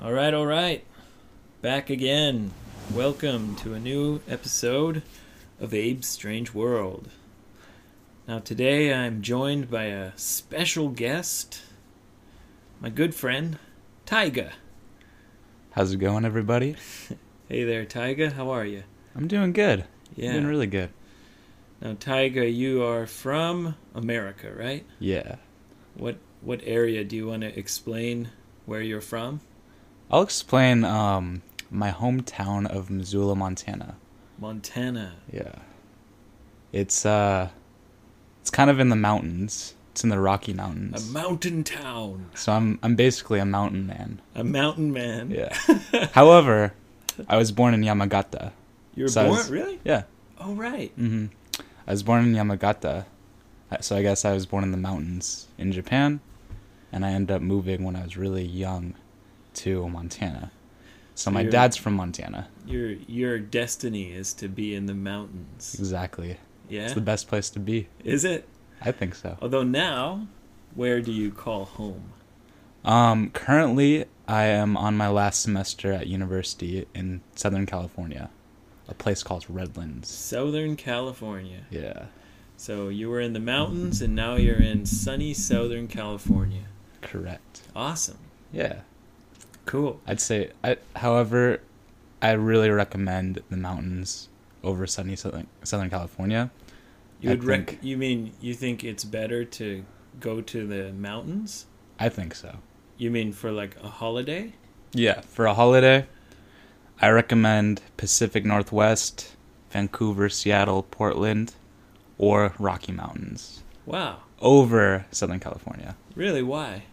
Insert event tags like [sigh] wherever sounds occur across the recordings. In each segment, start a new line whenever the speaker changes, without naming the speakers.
All right, all right. Back again. Welcome to a new episode of Abe's Strange World. Now, today I'm joined by a special guest, my good friend, Tyga.
How's it going, everybody?
Hey there, Tyga. How are you?
I'm doing good. I'm doing
Yeah.
really good.
Now, Tyga, you are from America, right?
Yeah.
What what area do you want to explain where you're from?
I'll explain um, my hometown of Missoula, Montana.
Montana.
Yeah. It's uh, it's kind of in the mountains. It's in the Rocky
A
Mountains.
mountain town.
so I'm I'm basically a mountain man.
A mountain man. [laughs]
Yeah. However, I was born in Yamagata.
You were
So I
born?
was-
Really?
Yeah.
Oh, right.
hmm I was born in Yamagata, Uh, so I guess I was born in the mountains in Japan, and I ended up moving when I was really young to Montana. So
So
my
you're-
dad's from Montana.
Your your destiny is to be in the mountains.
Exactly. It's
Yeah,
the best place to be.
is it?
I think so.
Although now, where do you call home?
Um, currently, I am on my last semester at university in Southern California, a place called Redlands.
Southern California.
Yeah.
So you were in the mountains, and now you're in sunny Southern California.
Correct.
Awesome.
Yeah.
Cool.
I'd say, I, however, I really recommend the mountains over sunny Southern, Southern California.
You
I
would rec-
think-
You mean you think it's better to go to the mountains?
I think so.
You mean for like a holiday?
Yeah, for a holiday, I recommend Pacific Northwest, Vancouver, Seattle, Portland, or Rocky Mountains
Wow.
over Southern California.
Really? Why?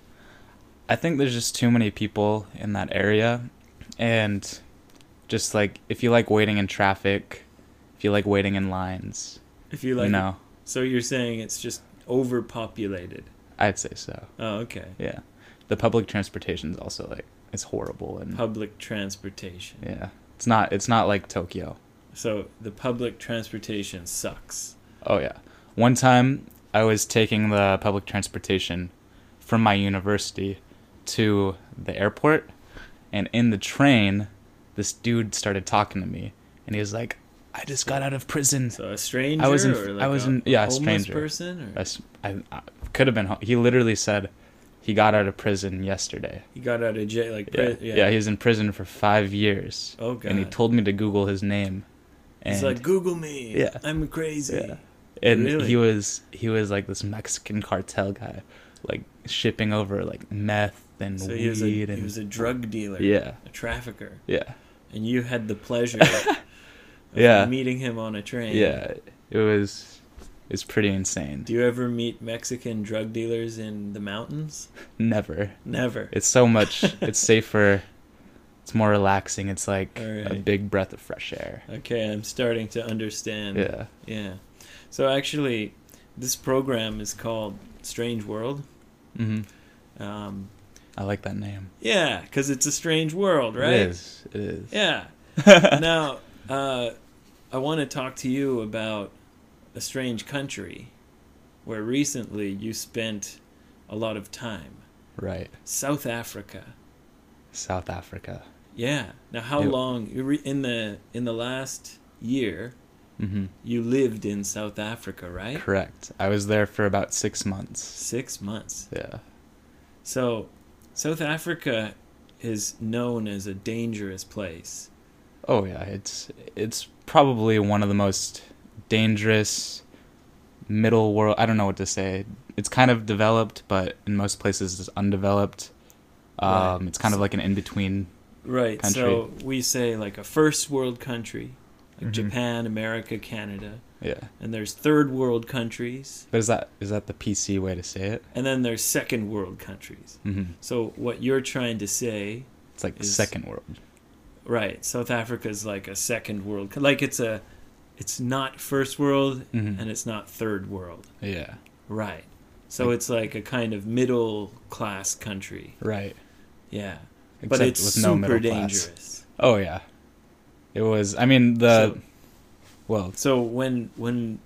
I think there's just too many people in that area, and just like if you like waiting in traffic, if you like waiting in lines,
If you
you,
like.
know,
So you're saying it's just overpopulated.
I'd say so.
Oh, okay.
Yeah, the public transportation's also like it's horrible and
Public transportation.
yeah, it's not it's not like Tokyo.
So the public transportation sucks.
Oh yeah. One time I was taking the public transportation from my university to the airport and in the train this dude started talking to me and he was like, "I just got out of prison."
So a stranger
I was in-
or like
I was
a
in- yeah, a
homeless
stranger.
person
I,
or
s- I- I- could have been ho- he literally said he got out of prison yesterday.
he got out of jail like
Yeah.
pri- yeah.
yeah. he was in prison for 5 years.
oh god.
And he told me to google his name. And
He's like Google me.
Yeah.
I'm crazy.
Yeah. and
Really?
he was he was like this Mexican cartel guy, like shipping over like meth and
So
weed
he was, a,
and
he was a drug dealer.
yeah,
A trafficker.
yeah,
And you had the
[laughs]
pleasure of
Yeah.
meeting him on a train.
yeah. It was it's pretty insane.
Do you ever meet Mexican drug dealers in the
[laughs]
mountains?
Never.
Never.
It's so much.
[laughs]
it's safer. It's more relaxing. It's like a
Alright.
big breath of fresh air.
Okay, I'm starting to understand.
Yeah.
Yeah. So actually, this program is called Strange World.
hmm
Um,
I like that name.
yeah, because it's a strange world, right?
It is. It is.
Yeah.
[laughs]
now, uh, I want to talk to you about a strange country where recently you spent a lot of time
Right.
South Africa.
South Africa.
Yeah. Now, how
Yeah.
long you re- in the in the last year
hmm
you lived in South Africa, right?
Correct. I was there for about six months.
Six months.
Yeah.
So, South Africa is known as a dangerous place.
Oh yeah, it's it's probably one of the most dangerous middle world. I don't know what to say. It's kind of developed, but in most places it's undeveloped. Um,
Right.
It's kind of like an in between.
Right. So,
Country.
we say like a first world country, like
Mhm.
Japan, America, Canada,
Yeah,
and there's third world countries,
but is that is that the PC way to say it?
and then there's second world countries.
hmm
So, what you're trying to say,
It's like
Is-
second world.
right, South Africa is like a second world co- like it's a it's not first world
Mhm.
and it's not third world.
Yeah,
Right. So
Like-
it's like a kind of middle class country.
right.
Yeah.
Except
but it's
with no
super
middle class.
dangerous.
Oh yeah, it was. I mean the
So-
well.
So when when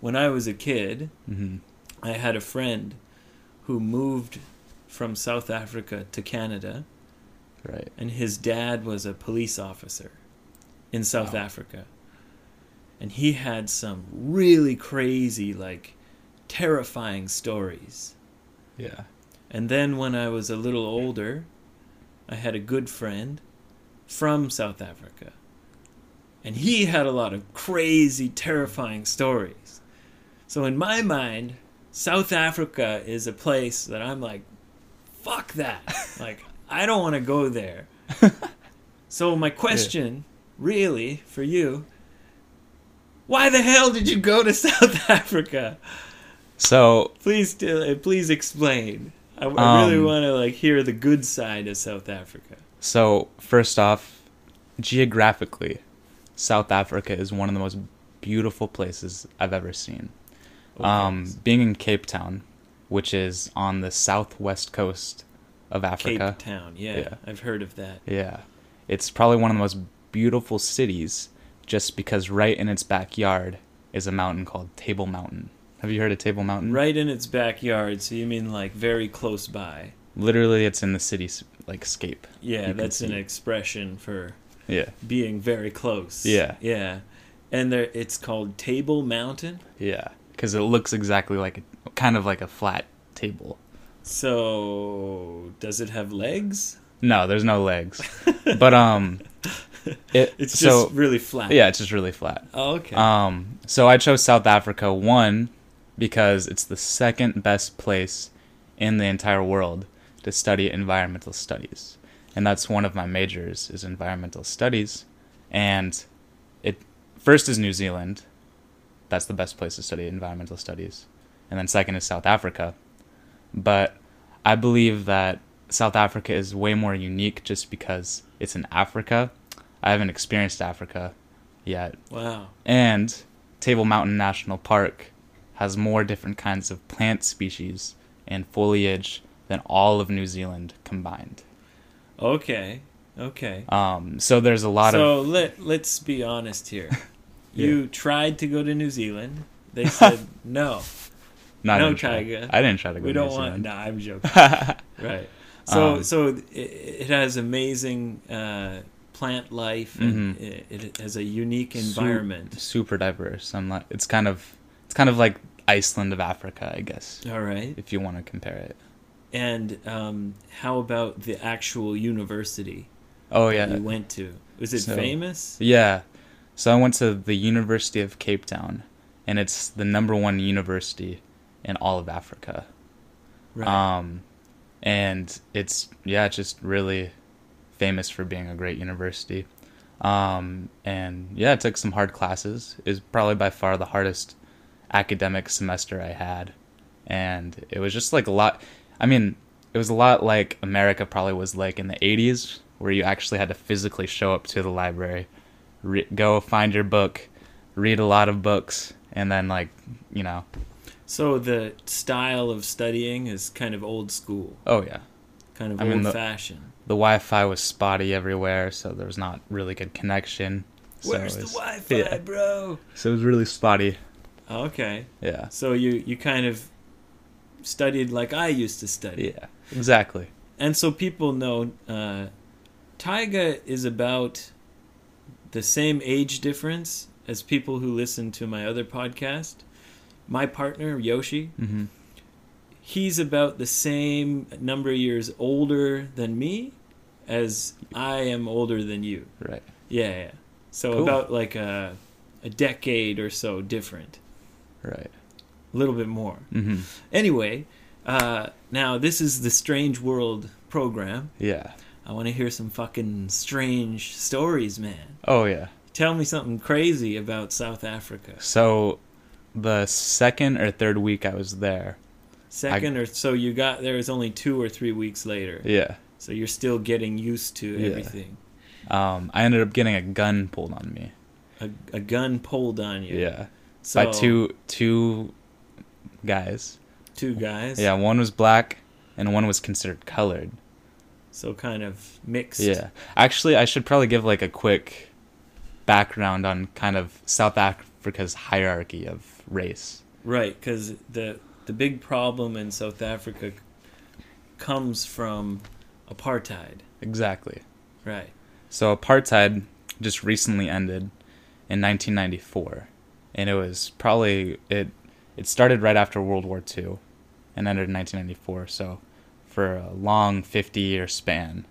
when I was a kid,
hmm
I had a friend who moved from South Africa to Canada
Right.
and his dad was a police officer in South
Wow.
Africa. And he had some really crazy, like, terrifying stories.
Yeah.
And then when I was a little older, I had a good friend from South Africa. And he had a lot of crazy, terrifying stories. So in my mind, South Africa is a place that I'm like, fuck that. like, I don't want to go there. so my question, really, for you, why the hell did you go to [laughs] South Africa?
So
Please, t- uh, please explain. I, I really
Um,
want to like hear the good side of South Africa.
so first off, geographically, South Africa is one of the most beautiful places I've ever seen. Um, being in Cape Town, which is on the southwest coast of
Cape
Africa.
Town. Yeah,
Yeah.
I've heard of that.
Yeah. It's probably one of the most beautiful cities just because right in its backyard is a mountain called Table Mountain. Have you heard of Table Mountain?
Right in its backyard. So you mean like very close by?
Literally, it's in the city's like scape.
Yeah,
You can
that's an
see.
expression for
Yeah.
being very close.
Yeah.
yeah. And there, it's called Table Mountain.
Yeah. Because it looks exactly like a, kind of like a flat table.
So does it have legs?
No, there's no legs. but
[laughs]
um it,
It's
so
just really flat.
yeah, it's just really flat.
Oh, okay.
Um, so I chose South Africa one because it's the second best place in the entire world to study environmental studies, and that's one of my majors is environmental studies, and it first is New Zealand, that's the best place to study environmental studies, and then second is South Africa, but I believe that South Africa is way more unique just because it's in Africa. I haven't experienced Africa yet,
wow.
and Table Mountain National Park has more different kinds of plant species and foliage than all of New Zealand combined.
Okay. Okay.
Um, so there's a lot
so
of
let let's be honest here.
[laughs] Yeah.
You tried to go to New Zealand.
[laughs]
They said no.
not
no
in China.
taiga.
I didn't try to go.
We
to New
don't want.
Zealand.
No, I'm
[laughs]
joking. right. So
Um,
so it, it has amazing uh, plant life and it,
Mm-hmm.
it has a unique
Su-
environment.
Super diverse. I'm not. It's kind of it's kind of like Iceland of Africa, I guess,
All right.
if you want to compare it.
And um, how about the actual university
Oh
that
yeah,
you went to? Was it
So-
famous?
Yeah. So I went to the University of Cape Town, and it's the number one university in all of Africa.
Right.
Um, and it's yeah, it's just really famous for being a great university. Um, and yeah, I took some hard classes. It was probably by far the hardest academic semester I had, and it was just like a lot. I mean, it was a lot like America probably was like in the '80s, where you actually had to physically show up to the library, re- go find your book, read a lot of books, and then like you know,
so the style of studying is kind of old school,
oh yeah,
kind of
I mean,
old
the-
fashioned.
the Wi-Fi was spotty everywhere, so there was not really good connection. So
Where's
it
the
was-
Wi-Fi,
yeah.
bro?
So it was really spotty.
Oh, Okay,
Yeah.
so you you kind of studied like I used to study,
Yeah. Exactly.
and so people know uh, Tyga is about the same age difference as people who listen to my other podcast. My partner Yoshi,
hmm
he's about the same number of years older than me, as I am older than you.
Right.
Yeah, yeah. So
Cool.
about like a a decade or so different.
Right.
a little bit more.
hmm
Anyway, uh, now this is the Strange World program.
Yeah.
I want to hear some fucking strange stories, man.
Oh yeah.
Tell me something crazy about South Africa.
So the second or third week I was there.
Second or so you got there is only two or three weeks later,
Yeah.
so you're still getting used to
Yeah.
everything.
Um, I ended up getting a gun pulled on me.
A, a gun pulled on
Yeah.
you. So
By two two guys.
two guys.
Yeah. One was black, and one was considered colored.
So kind of mixed.
Yeah. Actually, I should probably give like a quick background on kind of South Africa's hierarchy of race.
Right, because the the big problem in South Africa comes from Apartheid.
Exactly.
Right.
So apartheid just recently ended in 1994, and it was probably it. It started right after World War II, and ended in 1994. So, for a long 50-year span,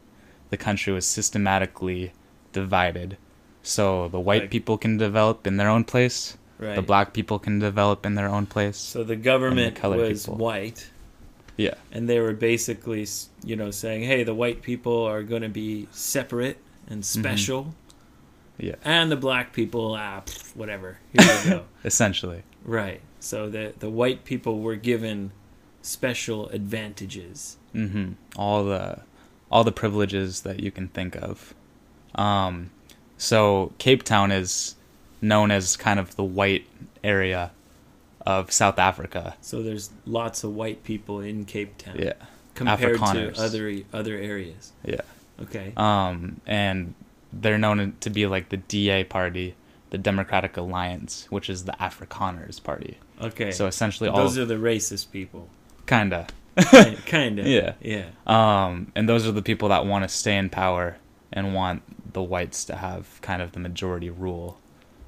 the country was systematically divided. So the white
Like-
people can develop in their own place,
Right.
the black people can develop in their own place.
So the government
colored
was
people.
white,
Yeah,
and they were basically, s- you know, saying, "Hey, the white people are going to be separate and special,
Mm-hmm. yeah,
and the black people, ah, pff, whatever. Here
[laughs]
we go."
essentially.
right. So the the white people were given special advantages.
Mm-hmm. All the all the privileges that you can think of. Um, so Cape Town is known as kind of the white area of South Africa.
So there's lots of white people in Cape Town
Yeah,
compared
Afrikaners.
to other other areas.
yeah.
Okay.
Um, and they're known to be like the DA party, the Democratic Alliance, which is the Afrikaners party.
Okay.
So essentially, all
those are the racist
[laughs]
people.
kinda.
kind of.
Yeah.
Yeah.
Um, and those are the people that want to stay in power and want the whites to have kind of the majority rule.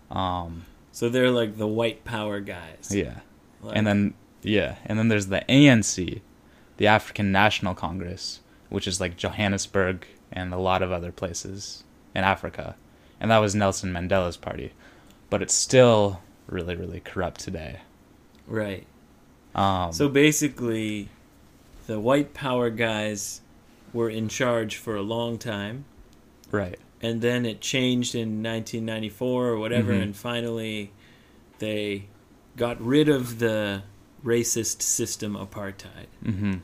Um,
So they're like the white power guys.
yeah.
Like-
And then yeah, and then there's the ANC, the African National Congress, which is like Johannesburg and a lot of other places in Africa. And that was Nelson Mandela's party. But it's still really really corrupt today.
right.
Um
So basically, the white power guys were in charge for a long time,
right.
and then it changed in 1994 or whatever,
Mhm.
and finally, they got rid of the racist system apartheid,
Mhm.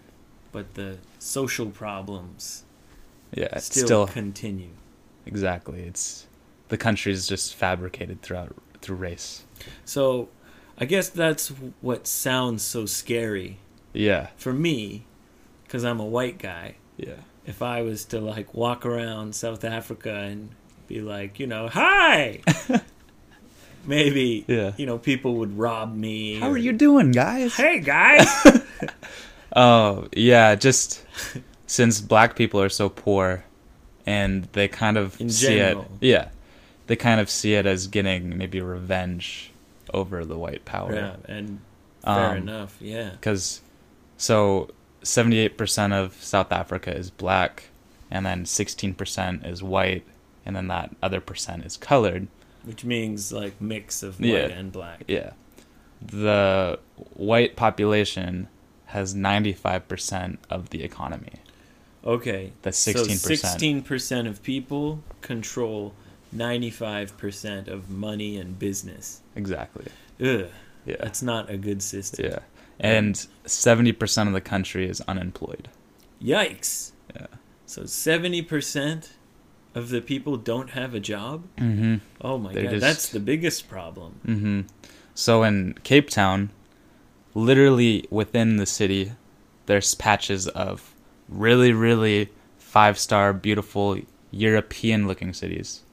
but the social problems
Yeah, it's
still,
still
continue.
exactly. It's the country's just fabricated throughout through race.
So, I guess that's what sounds so scary
Yeah.
for me, because I'm a white guy.
Yeah.
if I was to like walk around South Africa and be like, you know,
[laughs]
hi, maybe,
Yeah.
you know, people would rob me.
How
or,
are you doing, guys?
[laughs] Hey guys.
[laughs] Oh, yeah, [laughs] just since black people are so poor and they kind of
In
see
general.
it Yeah. They kind of see it as getting maybe revenge over the white power.
yeah, and fair
Oh, Um,
enough. Yeah.
Cuz so 78% of South Africa is black and then 16% is white and then that other percent is colored.
Which means like mix of white
Yeah.
and black.
Yeah. The white population has 95% of the economy.
Okay.
That's
so
16%.
16% of people control 95% of money and business.
Exactly.
Ugh.
Yeah.
That's not a good system.
Yeah. And seventy percent of the country is unemployed.
Yikes.
Yeah.
So 70% of the people don't have a job?
Mm-hmm.
Oh my
They're
god,
just-
that's the biggest problem.
Mm-hmm. So in Cape Town, literally within the city, there's patches of really, really five star, beautiful European looking cities.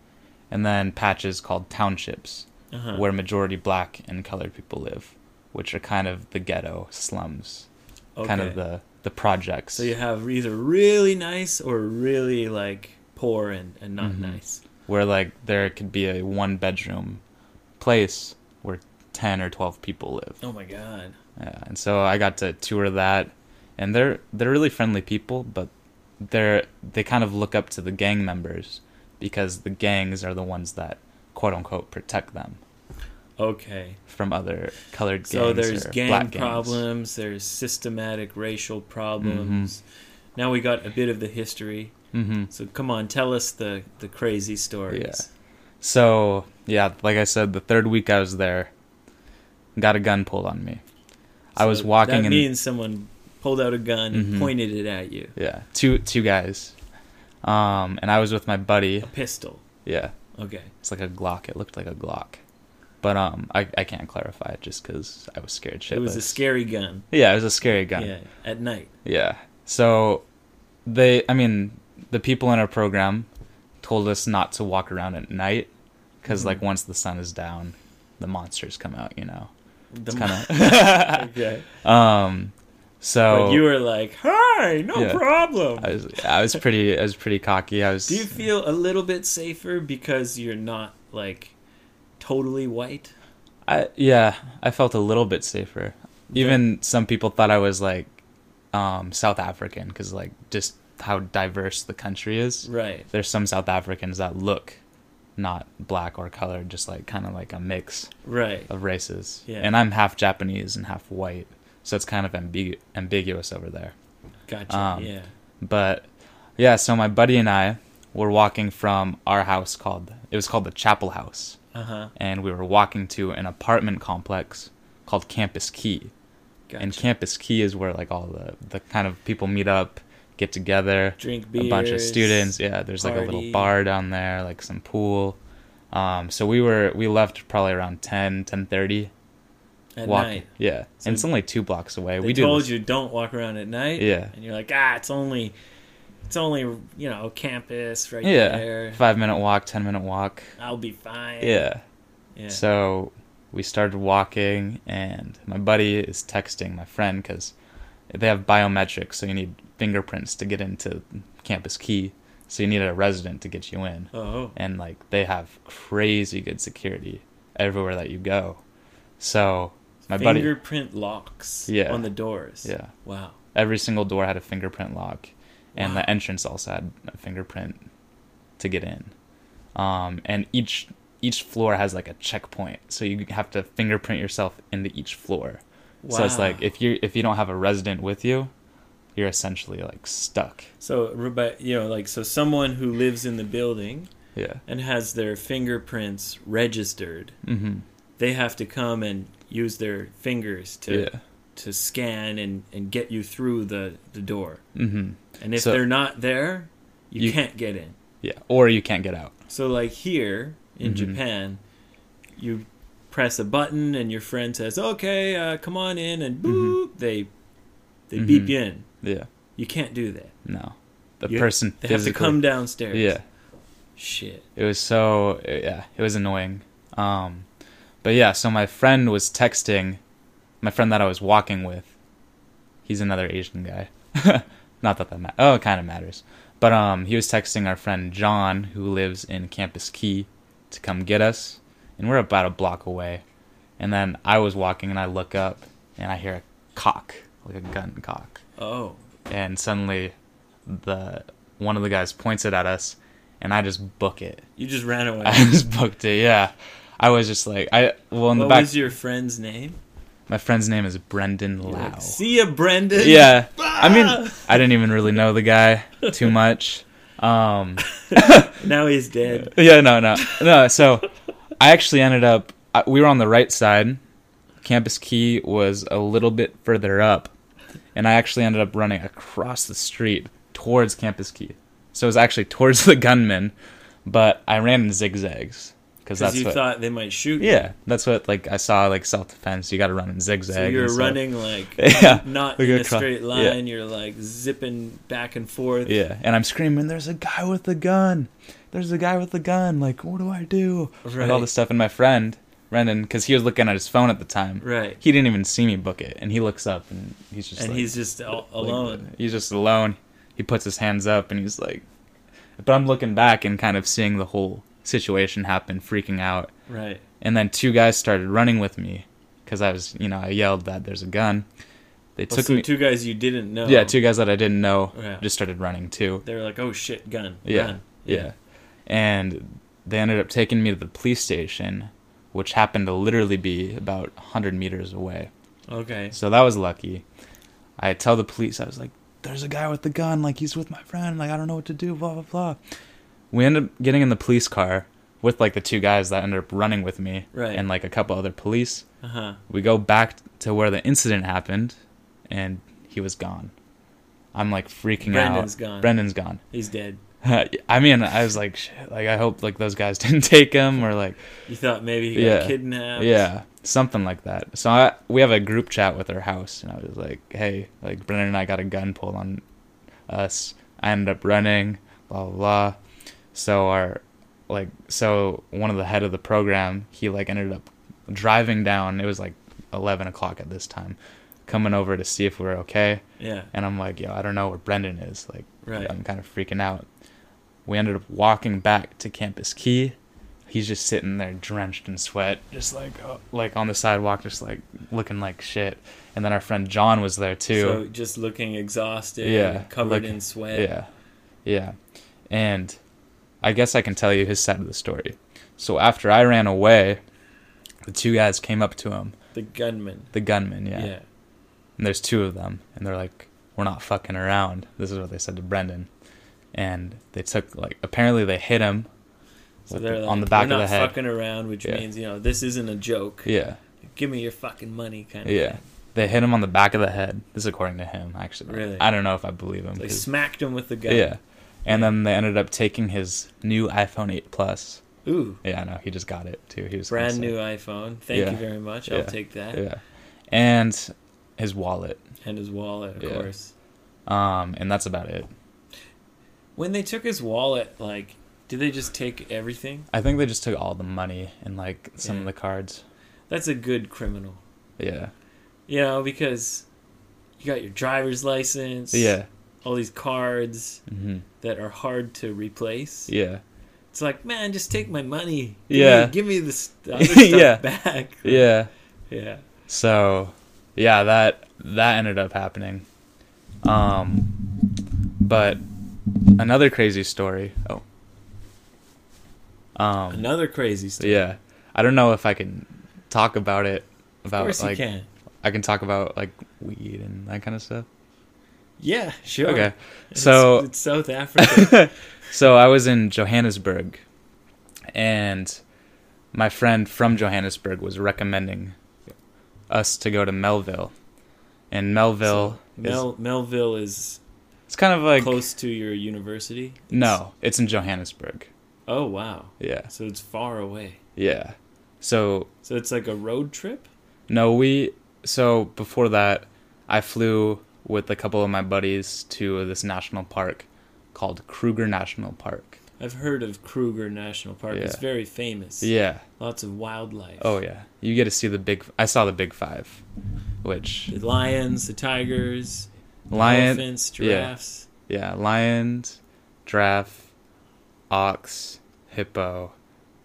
And then patches called townships,
Uh-huh.
where majority black and colored people live, which are kind of the ghetto slums, kind of
Okay.
the, the projects.
So you have either really nice or really like poor and, and not
Mhm.
nice.
where like there could be a one bedroom place where 10 or 12 people live
Oh my god.
yeah. and so i got to tour that and they're they're really friendly people but they're they kind of look up to the gang members because the gangs are the ones that quote unquote protect them
Okay.
from other colored gangs
So there's
or
gang
black gangs.
problems, there's systematic racial problems.
Mm-hmm.
Now we got a bit of the history.
Mhm.
So come on, tell us the the crazy stories.
So yeah, like I said, the third week I was there, got a gun pulled on me. I was
So
walking
That
in.
means someone pulled out a gun and
Mhm.
pointed it at you.
Yeah, two two guys. Um, and I was with my buddy.
A pistol.
Yeah,
Okay.
it's like a Glock. It looked like a Glock, but um, I I can't clarify it just because I was scared shitless.
It was a scary gun.
Yeah, it was a scary gun.
Yeah. At night.
Yeah. So they, I mean, the people in our program told us not to walk around at night because
Mhm.
like once the sun is down, the monsters come out. You know,
The [laughs]
[laughs] it's kind of
okay.
Um, So
But you were like, "Hi, no
Yeah.
problem."
I was I was pretty I was pretty cocky. I was
Do you feel a little bit safer because you're not like totally white?
I yeah, I felt a little bit safer. Even some people thought I was like um, South African because like just how diverse the country is.
Right.
There's some South Africans that look not black or colored, just like kind of like a mix
Right.
of races.
Yeah.
And I'm half Japanese and half white, so it's kind of ambigu- ambiguous over there.
Gotcha.
Um,
yeah.
But yeah, so my buddy and I were walking from our house called it was called the Chapel House
Uh huh.
and we were walking to an apartment complex called Campus Key.
Gotcha.
And Campus Key is where like all the the kind of people meet up, get together,
Drink beer.
a bunch of students. Yeah, there's like a
party.
little bar down there, like some pool. Um, so we were we left probably around 10, 10.30.
at night.
Yeah,
So
and it's only two blocks away.
They
we do
told
this-
you don't walk around at night.
Yeah.
And you're like, ah, it's only, it's only you know campus right
yeah,
there.
five minute walk, ten minute walk.
I'll be fine.
Yeah.
Yeah.
So we started walking, and my buddy is texting my friend because they have biometrics, so you need fingerprints to get into Campus Key. So you need a resident to get you in.
oh.
And like they have crazy good security everywhere that you go. So my buddy,
fingerprint locks.
Yeah.
On the doors.
yeah,
Wow.
every single door had a fingerprint lock, and
Wow.
the entrance also had a fingerprint to get in. Um, and each each floor has like a checkpoint, so you have to fingerprint yourself into each floor.
Wow.
So it's like if you if you don't have a resident with you, you're essentially like stuck.
So, but you know, like, so someone who lives in the building
Yeah.
and has their fingerprints registered,
Mm-hmm.
they have to come and use their fingers to
Yeah.
to scan and and get you through the the door.
Mm-hmm.
And if
So-
they're not there, you,
You-
can't get in.
Yeah. Or you can't get out.
So, like here in
Mhm.
Japan, you press a button and your friend says, "Okay, uh, come on in," and
Mm-hmm.
boop, they they beep
Mhm.
you in.
Yeah.
You can't do that.
No. The
You-
person
They have to
physically-
come downstairs.
Yeah.
Shit.
It was so yeah, it was annoying. Um, but yeah, so my friend was texting, my friend that I was walking with. He's another Asian guy. [laughs] Not that that matters. Oh, it kind of matters. But um, he was texting our friend John, who lives in Campus Key, to come get us, and we're about a block away. And then I was walking, and I look up, and I hear a cock, like a gun cock
Oh.
and suddenly the one of the guys points it at us and I just book it.
You just ran
[laughs]
away.
I just booked it, yeah. I was just like I well in
what
the back
was your friend's name?
my friend's name is
[laughs]
Brendan
You're
Lau.
like, See ya, Brendan.
yeah. I mean
Ah!
I didn't even really know the guy too much.
[laughs]
Um
[laughs] Now he's dead.
yeah, no, no, no. So I actually ended up. I- We were on the right side. Campus Key was a little bit further up, and I actually ended up running across the street towards Campus Key. So it was actually [laughs] towards the gunman, but I ran in zigzags
Because
because that's
you
what.
thought they might shoot you.
yeah, that's what like I saw like self defense. You got to run in zigzags.
So you're
and stuff.
running like
[laughs]
[laughs]
Yeah.
not
Like
in
a
a
cro-
straight
yeah.
line. You're like zipping back and forth.
Yeah, and I'm screaming, "There's a guy with a gun! There's a guy with a gun! Like, what do I do?" And all
Right.
this stuff. And my friend Brendan, because he was looking at his phone at the time,
Right.
he didn't even see me book it, and he looks up and he's just
and
like-
he's just all,
like,
alone.
he's just alone. He puts his hands up and he's like, but I'm looking back and kind of seeing the whole situation happen, freaking out.
right.
And then two guys started running with me because I was, you know, I yelled that there's a gun. They
Well,
took
so
me.
two guys you didn't know.
yeah, two guys that I didn't know
Yeah.
just started running too.
They were like, oh shit, gun.
Yeah.
Gun.
Yeah. And they ended up taking me to the police station, which happened to literally be about 100 meters away.
Okay.
So that was lucky. I tell the police, I was like, there's a guy with the gun. Like, he's with my friend. Like, I don't know what to do, blah, blah, blah. We ended up getting in the police car with, like, the two guys that ended up running with me
Right.
and, like, a couple other police.
Uh huh.
We go back to where the incident happened, and he was gone. I'm, like, freaking
Brendan's
out.
gone.
Brendan's gone. [laughs]
He's dead.
I mean, I was like, shit, like I hope like those guys [laughs] didn't take him or like,
You thought maybe he got
Yeah.
kidnapped.
yeah, something like that. So I we have a group chat with our house, and I was like, hey, like Brennan and I got a gun pulled on us. I ended up running, blah blah blah. So our like so one of the head of the program, he like ended up driving down. It was like eleven o'clock at this time. coming over to see if we're okay.
Yeah.
And I'm like, yo, I don't know where Brendan is. Like,
Right.
I'm kind of freaking out. We ended up walking back to Campus Key. He's just sitting there drenched in sweat, just like uh, like on the sidewalk, just like looking like shit. And then our friend John was there
So
too.
just looking exhausted,
Yeah,
covered
like-
in sweat.
yeah, yeah. And I guess I can tell you his side of the story. So after I ran away, the two guys came up to him,
The gunman.
the gunman,
Yeah.
And there's two of them, and they're like, "We're not fucking around." This is what they said to Brendan, and they took like apparently they hit him.
So
with
they're
the-
like,
on the back
We're
of
not
the head.
fucking around, which
Yeah.
means you know this isn't a joke.
Yeah,
Give me your fucking money, kind of.
yeah.
thing.
They hit him on the back of the head. This is according to him, actually.
Really?
I don't know if I believe him.
They
'cause-
smacked him with the gun.
yeah. And then they ended up taking his new iPhone 8 Plus.
Ooh,
Yeah, I know. He just got it too. He was gonna
brand
say-
new iPhone. Thank
Yeah.
you very much.
Yeah.
I'll take that.
Yeah. And his wallet.
And his wallet, of
Yeah.
course.
Um, and that's about it.
When they took his wallet, like, did they just take everything?
I think they just took all the money and like some of
Yeah.
the cards.
That's a good criminal.
Yeah.
You know, because you got your driver's license.
Yeah.
All these cards
hmm
that are hard to replace.
Yeah.
It's like, man, just take my money. Give
Yeah.
Me, give me the
[laughs]
st- other stuff
Yeah.
back.
[laughs] Yeah.
Yeah.
So, yeah, that that ended up happening. Um, but another crazy story. Oh. Um.
Another crazy story.
Yeah, I don't know if I can talk about it. About
of course
like
you can.
I can talk about like weed and that kind of stuff.
Yeah, sure.
Okay.
It's-
So-
it's, South
[laughs]
Africa.
So I was in Johannesburg, and my friend from Johannesburg was recommending us to go to Melville, and Melville.
Mel, Melville is
It's kind of like
close to your university.
no, it's in Johannesburg.
Oh wow.
Yeah,
So it's far away.
yeah. So
So it's like a road trip.
no, we so before that, I flew with a couple of my buddies to this national park called Kruger National Park.
I've heard of Kruger National Park. It's
Yeah.
very famous.
Yeah.
Lots of wildlife.
Oh yeah. You get to see the big. I saw the big five, which
The lions, the tigers,
lion.
elephants,
yeah.
giraffes.
Yeah, lions, giraffe, ox, hippo,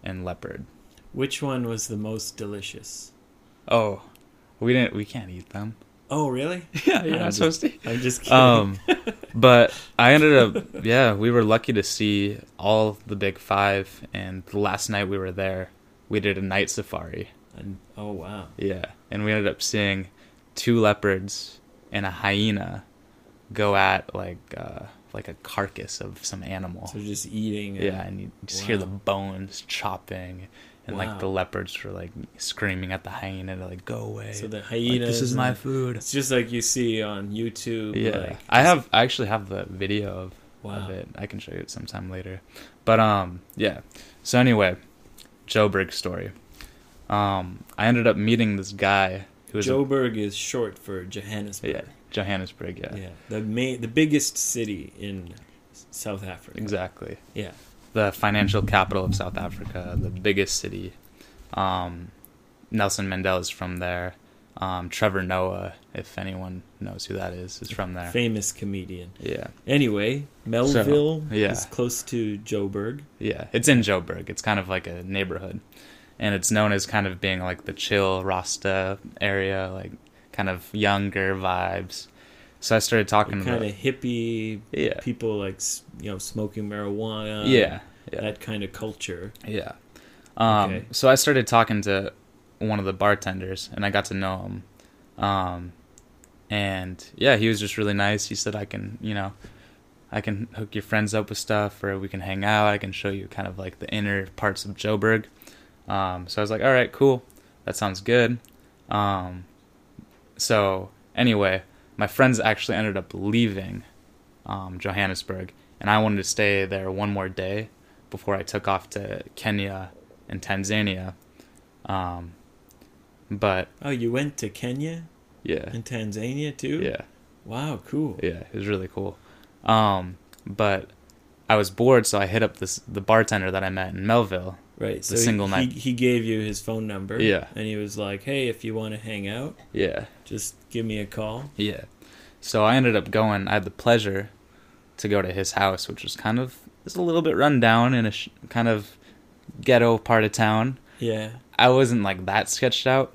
and leopard.
Which one was the most delicious?
Oh, we didn't. We can't eat them.
Oh really?
[laughs] Yeah,
you're not
supposed to.
I'm just kidding.
[laughs] Um, but I ended up. Yeah, we were lucky to see all the big five, and the last night we were there, we did a night safari.
And- oh wow.
Yeah, and we ended up seeing two leopards and a hyena go at like uh, like a carcass of some animal.
So just eating. and-
Yeah, and you just hear the
Wow.
bones chopping, and like the
Wow.
leopards were like screaming at the hyena to like go away.
So the
like,
hyenas.
this is my
and-
food.
It's just like you see on YouTube.
Yeah,
Like,
I have. I actually have the video of,
Wow.
of it. I can show you it sometime later. But um, yeah. So anyway, Joe Briggs story. Um, I ended up meeting this guy who was a-
Joburg is short for Johannesburg.
yeah Johannesburg. Yeah,
Yeah, the main, the biggest city in S- South Africa.
exactly.
Yeah,
The financial capital of South Africa, the biggest city. Um, Nelson Mandela's from there. Um, Trevor Noah, if anyone knows who that is, is from there.
famous comedian.
Yeah,
Anyway, Melville
yeah.
is close to Joburg.
yeah. It's in Joburg. It's kind of like a neighborhood, and it's known as kind of being like the chill Rasta area, like kind of younger vibes. So I started talking
Kind
about
of hippie
yeah,
people, like s- you know, smoking marijuana.
yeah, yeah.
that kind of culture.
Yeah. Um,
Okay.
So I started talking to one of the bartenders, and I got to know him. Um, and yeah, he was just really nice. He said, "I can, you know, I can hook your friends up with stuff, or we can hang out. I can show you kind of like the inner parts of Joburg." Um, so I was like, "All right, cool. That sounds good." Um, so anyway, my friends actually ended up leaving um, Johannesburg, and I wanted to stay there one more day before I took off to Kenya and Tanzania. Um, but
Oh, you went to Kenya
yeah,
and Tanzania too.
yeah,
Wow, cool.
yeah, it was really cool. Um, but I was bored, so I hit up this the bartender that I met in Melville.
Right. So
single
he,
night-
he gave you his phone number.
Yeah.
And he was like, "Hey, if you want to hang out,
Yeah,
just give me a call.
Yeah. So I ended up going. I had the pleasure to go to his house, which was kind of it's a little bit run down in a sh- kind of ghetto part of town.
Yeah.
I wasn't like that sketched out,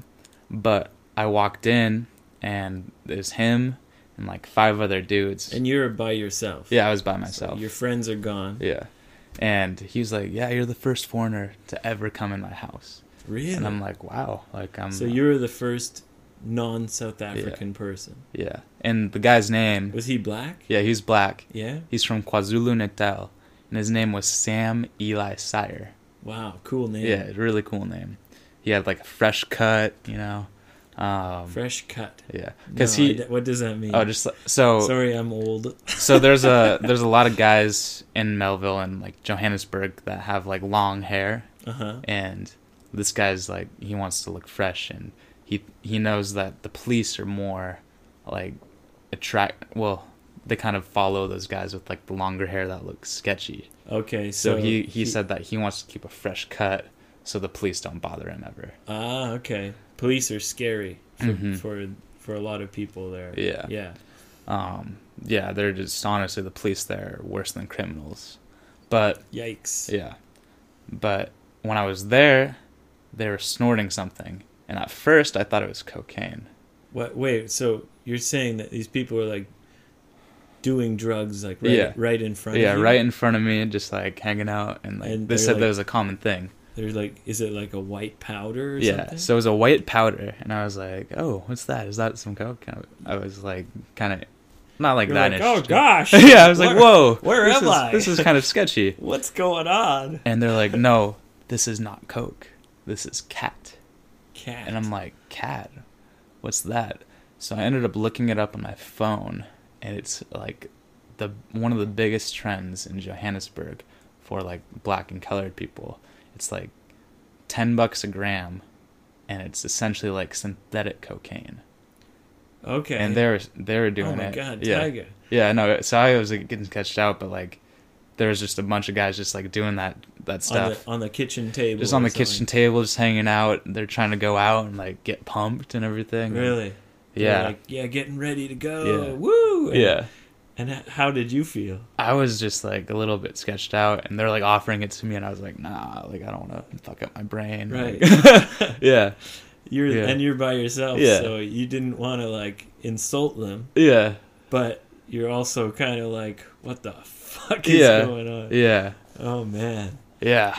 but I walked in and there's him and like five other dudes.
And you're by yourself.
yeah, I was by
So
myself.
your friends are gone.
yeah. And he was like, "Yeah, you're the first foreigner to ever come in my house."
Really?
And I'm uh, like, "Wow!" Like I'm.
so you were the first non South African person.
Yeah. And the guy's name.
Was he black?
Yeah, he's black.
Yeah.
He's from KwaZulu Natal, and his name was Sam Eli Sire.
Wow, cool name.
Yeah, really cool name. He had like a fresh cut, you know. Um,
Fresh cut.
yeah, because
No, I
he.
d- what does that mean?
Oh, just like- so
Sorry, I'm old.
so. There's a there's a lot of guys in Melville and like Johannesburg that have like long hair,
Uh huh.
and this guy's like he wants to look fresh, and he he knows that the police are more like attract. Well, they kind of follow those guys with like the longer hair that looks sketchy.
Okay, so,
So he, he said that he wants to keep a fresh cut so the police don't bother him ever.
Ah, okay. Police are scary for
Mhm.
for, for a lot of people there.
Yeah.
Yeah.
Um, yeah, they're just honestly the police there are worse than criminals. But
Yikes.
yeah. But when I was there, they were snorting something. And at first I thought it was cocaine.
What? Wait. So you're saying that these people are like doing drugs, like right,
Yeah.
right in front
yeah,
of you?
right in front of me, just like hanging out and like
And
they
they're
said that
like-
was a common thing.
They're like, is it like a white powder or
Yeah.
something?
So it was a white powder and I was like, Oh, what's that? Is that some coke? And I was like kinda not like
You're
that
like,
interested.
oh gosh.
[laughs] yeah, I was like,
Where-
"Whoa,
where
this
am
is,
I?"
This is kind of sketchy."
What's going on?
And they're like, "No, this is not Coke. This is cat."
Cat.
And I'm like, "Cat? What's that?" So I ended up looking it up on my phone, and it's like the one of the biggest trends in Johannesburg for like black and colored people. It's like ten bucks a gram, and it's essentially like synthetic cocaine.
okay.
And they're they're doing
oh my
it.
god,
yeah.
Tiger.
Yeah, no. So I was like, getting catched out, but like, there was just a bunch of guys just like doing that that
On
stuff,
the, on the kitchen table.
just on
or
the kitchen
something.
table, just hanging out. They're trying to go out and like get pumped and everything.
Really? They're
Yeah.
Like, yeah, getting ready to go.
Yeah.
Woo. And,
yeah.
And h- how did you
[laughs]
feel?
I was just like a little bit sketched out, and they're like offering it to me, and I was like, nah, like I don't want to fuck up my brain.
Right.
Like, [laughs] yeah.
You're
Yeah.
and you're by yourself,
Yeah.
so you didn't want to like insult them,
Yeah.
but you're also kind of like, what the fuck is
Yeah.
going on?
Yeah.
Oh man.
Yeah.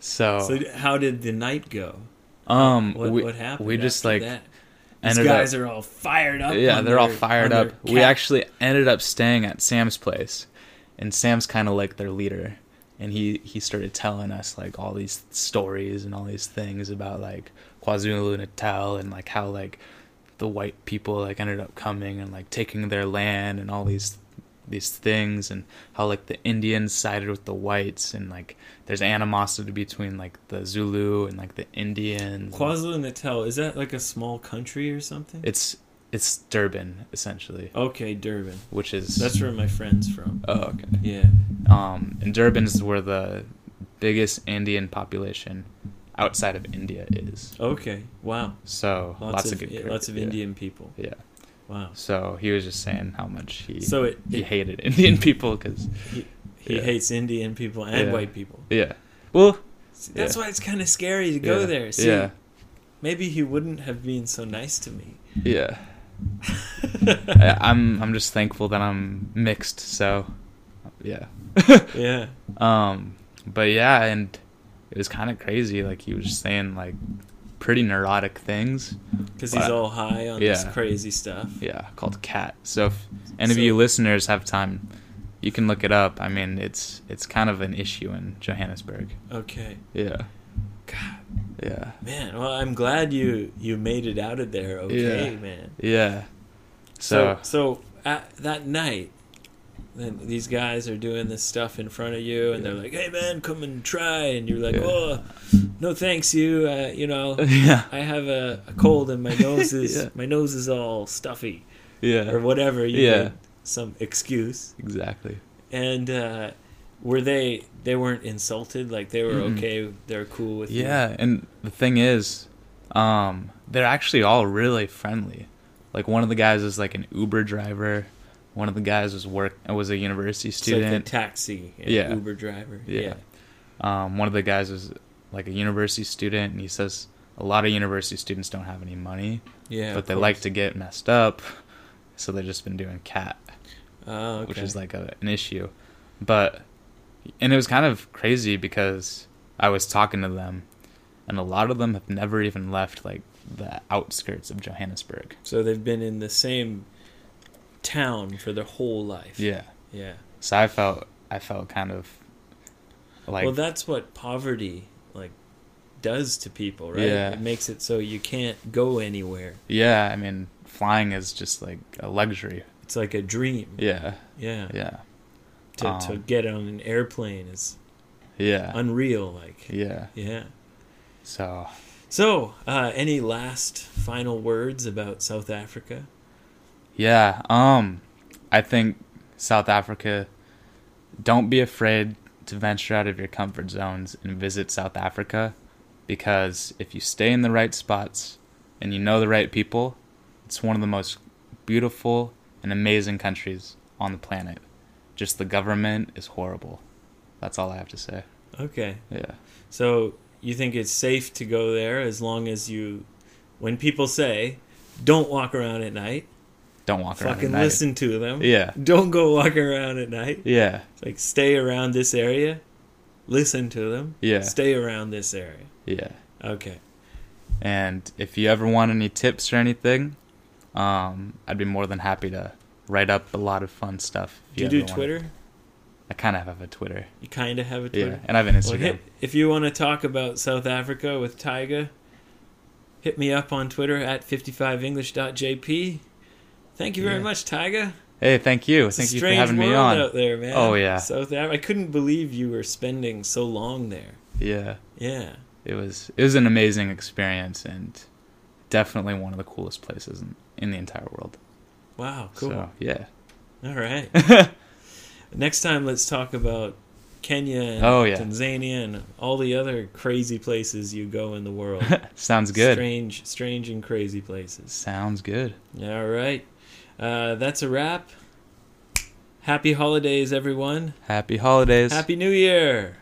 So,
So d- how did the night go?
um,
What,
Oh. we,
what happened?
we just
after
like
that? these
ended up.
guys are all fired up.
Yeah,
on
they're all
their-
fired
on
up.
their
We
cat.
actually ended up staying at Sam's place, and Sam's kind of like their leader, and he he started telling us like all these stories and all these things about like KwaZulu Natal and like how like the white people like ended up coming and like taking their land and all these these things and how like the Indians sided with the whites and like there's animosity between like the Zulu and like the Indians.
KwaZulu Natal is that like a small country or something?
it's it's Durban essentially,
okay, Durban.
which is
That's where my friend's from.
Oh, okay.
Yeah.
Um, and Durban's where the biggest Indian population outside of India is.
Okay. Wow.
So
Lots, of,
good,
yeah,
cur-
lots of
yeah,
Indian people.
Yeah.
Wow.
So he was just saying how much he
So it,
he
it
hated Indian [laughs] people because
He
Yeah.
hates Indian people and
Yeah.
white people.
yeah. Well,
See, that's
Yeah.
why it's kind of scary to go
yeah,
there. See,
Yeah.
maybe he wouldn't have been so nice to
[laughs]
me.
Yeah. I, I'm I'm just thankful that I'm mixed. So
[laughs]
yeah. [laughs]
Yeah.
Um, but yeah, and it was kind of crazy. Like he was just saying like pretty neurotic things.
Because he's
But-
all high on this
yeah.
crazy stuff.
Yeah, called Cat. So if any
So-
of you listeners have time, you can look it up. I mean, it's it's kind of an issue in Johannesburg.
Okay.
Yeah.
God,
Yeah.
man. Well, I'm glad you you made it out of there. Okay,
Yeah.
man.
Yeah.
So
So,
so at that night, then these guys are doing this stuff in front of you, and
Yeah.
they're like, "Hey, man, come and try," and you're like,
Yeah.
"Oh, no, thanks, you. Uh, you know."
[laughs] yeah.
I have a, a cold and
[laughs]
my nose is
Yeah.
my nose is all stuffy or
Yeah.
whatever. You
Yeah.
made some excuse.
Exactly.
And uh, were they they weren't insulted? Like they were
Mm-mm.
okay. They're cool with you?
Yeah, and the thing is, um, they're actually all really friendly. Like one of the guys was like an Uber driver. One of the guys was work was a university
It's like a
student.
taxi and
Yeah.
Uber driver.
Yeah. um, one of the guys was like a university student, and he says a lot of university students don't have any money,
Yeah,
but
of
they
course.
like to get messed up, so they've just been doing cat,
Oh,
which
okay.
is like a, an issue. But and it was kind of crazy because I was talking to them, and a lot of them have never even left like the outskirts of Johannesburg.
So they've been in the same town for their whole life.
Yeah.
Yeah.
So I felt I felt kind of like
well, that's what poverty like does to people, right?
Yeah.
It makes it so you can't go anywhere.
yeah. I mean, flying is just like a luxury.
It's like a dream.
Yeah.
Yeah.
Yeah.
To to
Um,
get on an airplane is
Yeah.
unreal like.
yeah.
Yeah.
So
So, uh, any last final words about South Africa?
yeah, um, I think South Africa. Don't be afraid to venture out of your comfort zones and visit South Africa, because if you stay in the right spots and you know the right people, it's one of the most beautiful and amazing countries on the planet. Just the government is horrible. That's all I have to say.
Okay.
Yeah.
So, you think it's safe to go there as long as you when people say don't walk around at night,
Don't walk around.
fucking
at night.
listen to them.
Yeah.
Don't go walking around at night.
Yeah.
It's like stay around this area, listen to them.
Yeah.
Stay around this area.
Yeah.
Okay.
And if you ever want any tips or anything, um, I'd be more than happy to write up a lot of fun stuff. if
Do you
ever
do
wanna-
Twitter?
I kind of have a Twitter.
You kind of have a Twitter.
Yeah, and I have an
Well,
Instagram.
hit, if you want to talk about South Africa with Tyga, hit me up on Twitter at 55english.jp. Thank you very
Yeah.
much, Tyga.
hey, thank you.
It's a
thank you for
strange
having
world
me on.
out there, man.
Oh, yeah.
South Africa. I couldn't believe you were spending so long there.
Yeah,
Yeah.
it was it was an amazing experience and definitely one of the coolest places in, in the entire world.
Wow. Cool.
So yeah.
All
[laughs]
right. Next time, let's talk about Kenya and
Oh, yeah.
Tanzania and all the other crazy places you go in the world.
Sounds [laughs] good.
Strange, strange and crazy places.
Sounds good.
All right. Uh, that's a wrap. Happy holidays, everyone.
Happy holidays.
Happy New Year.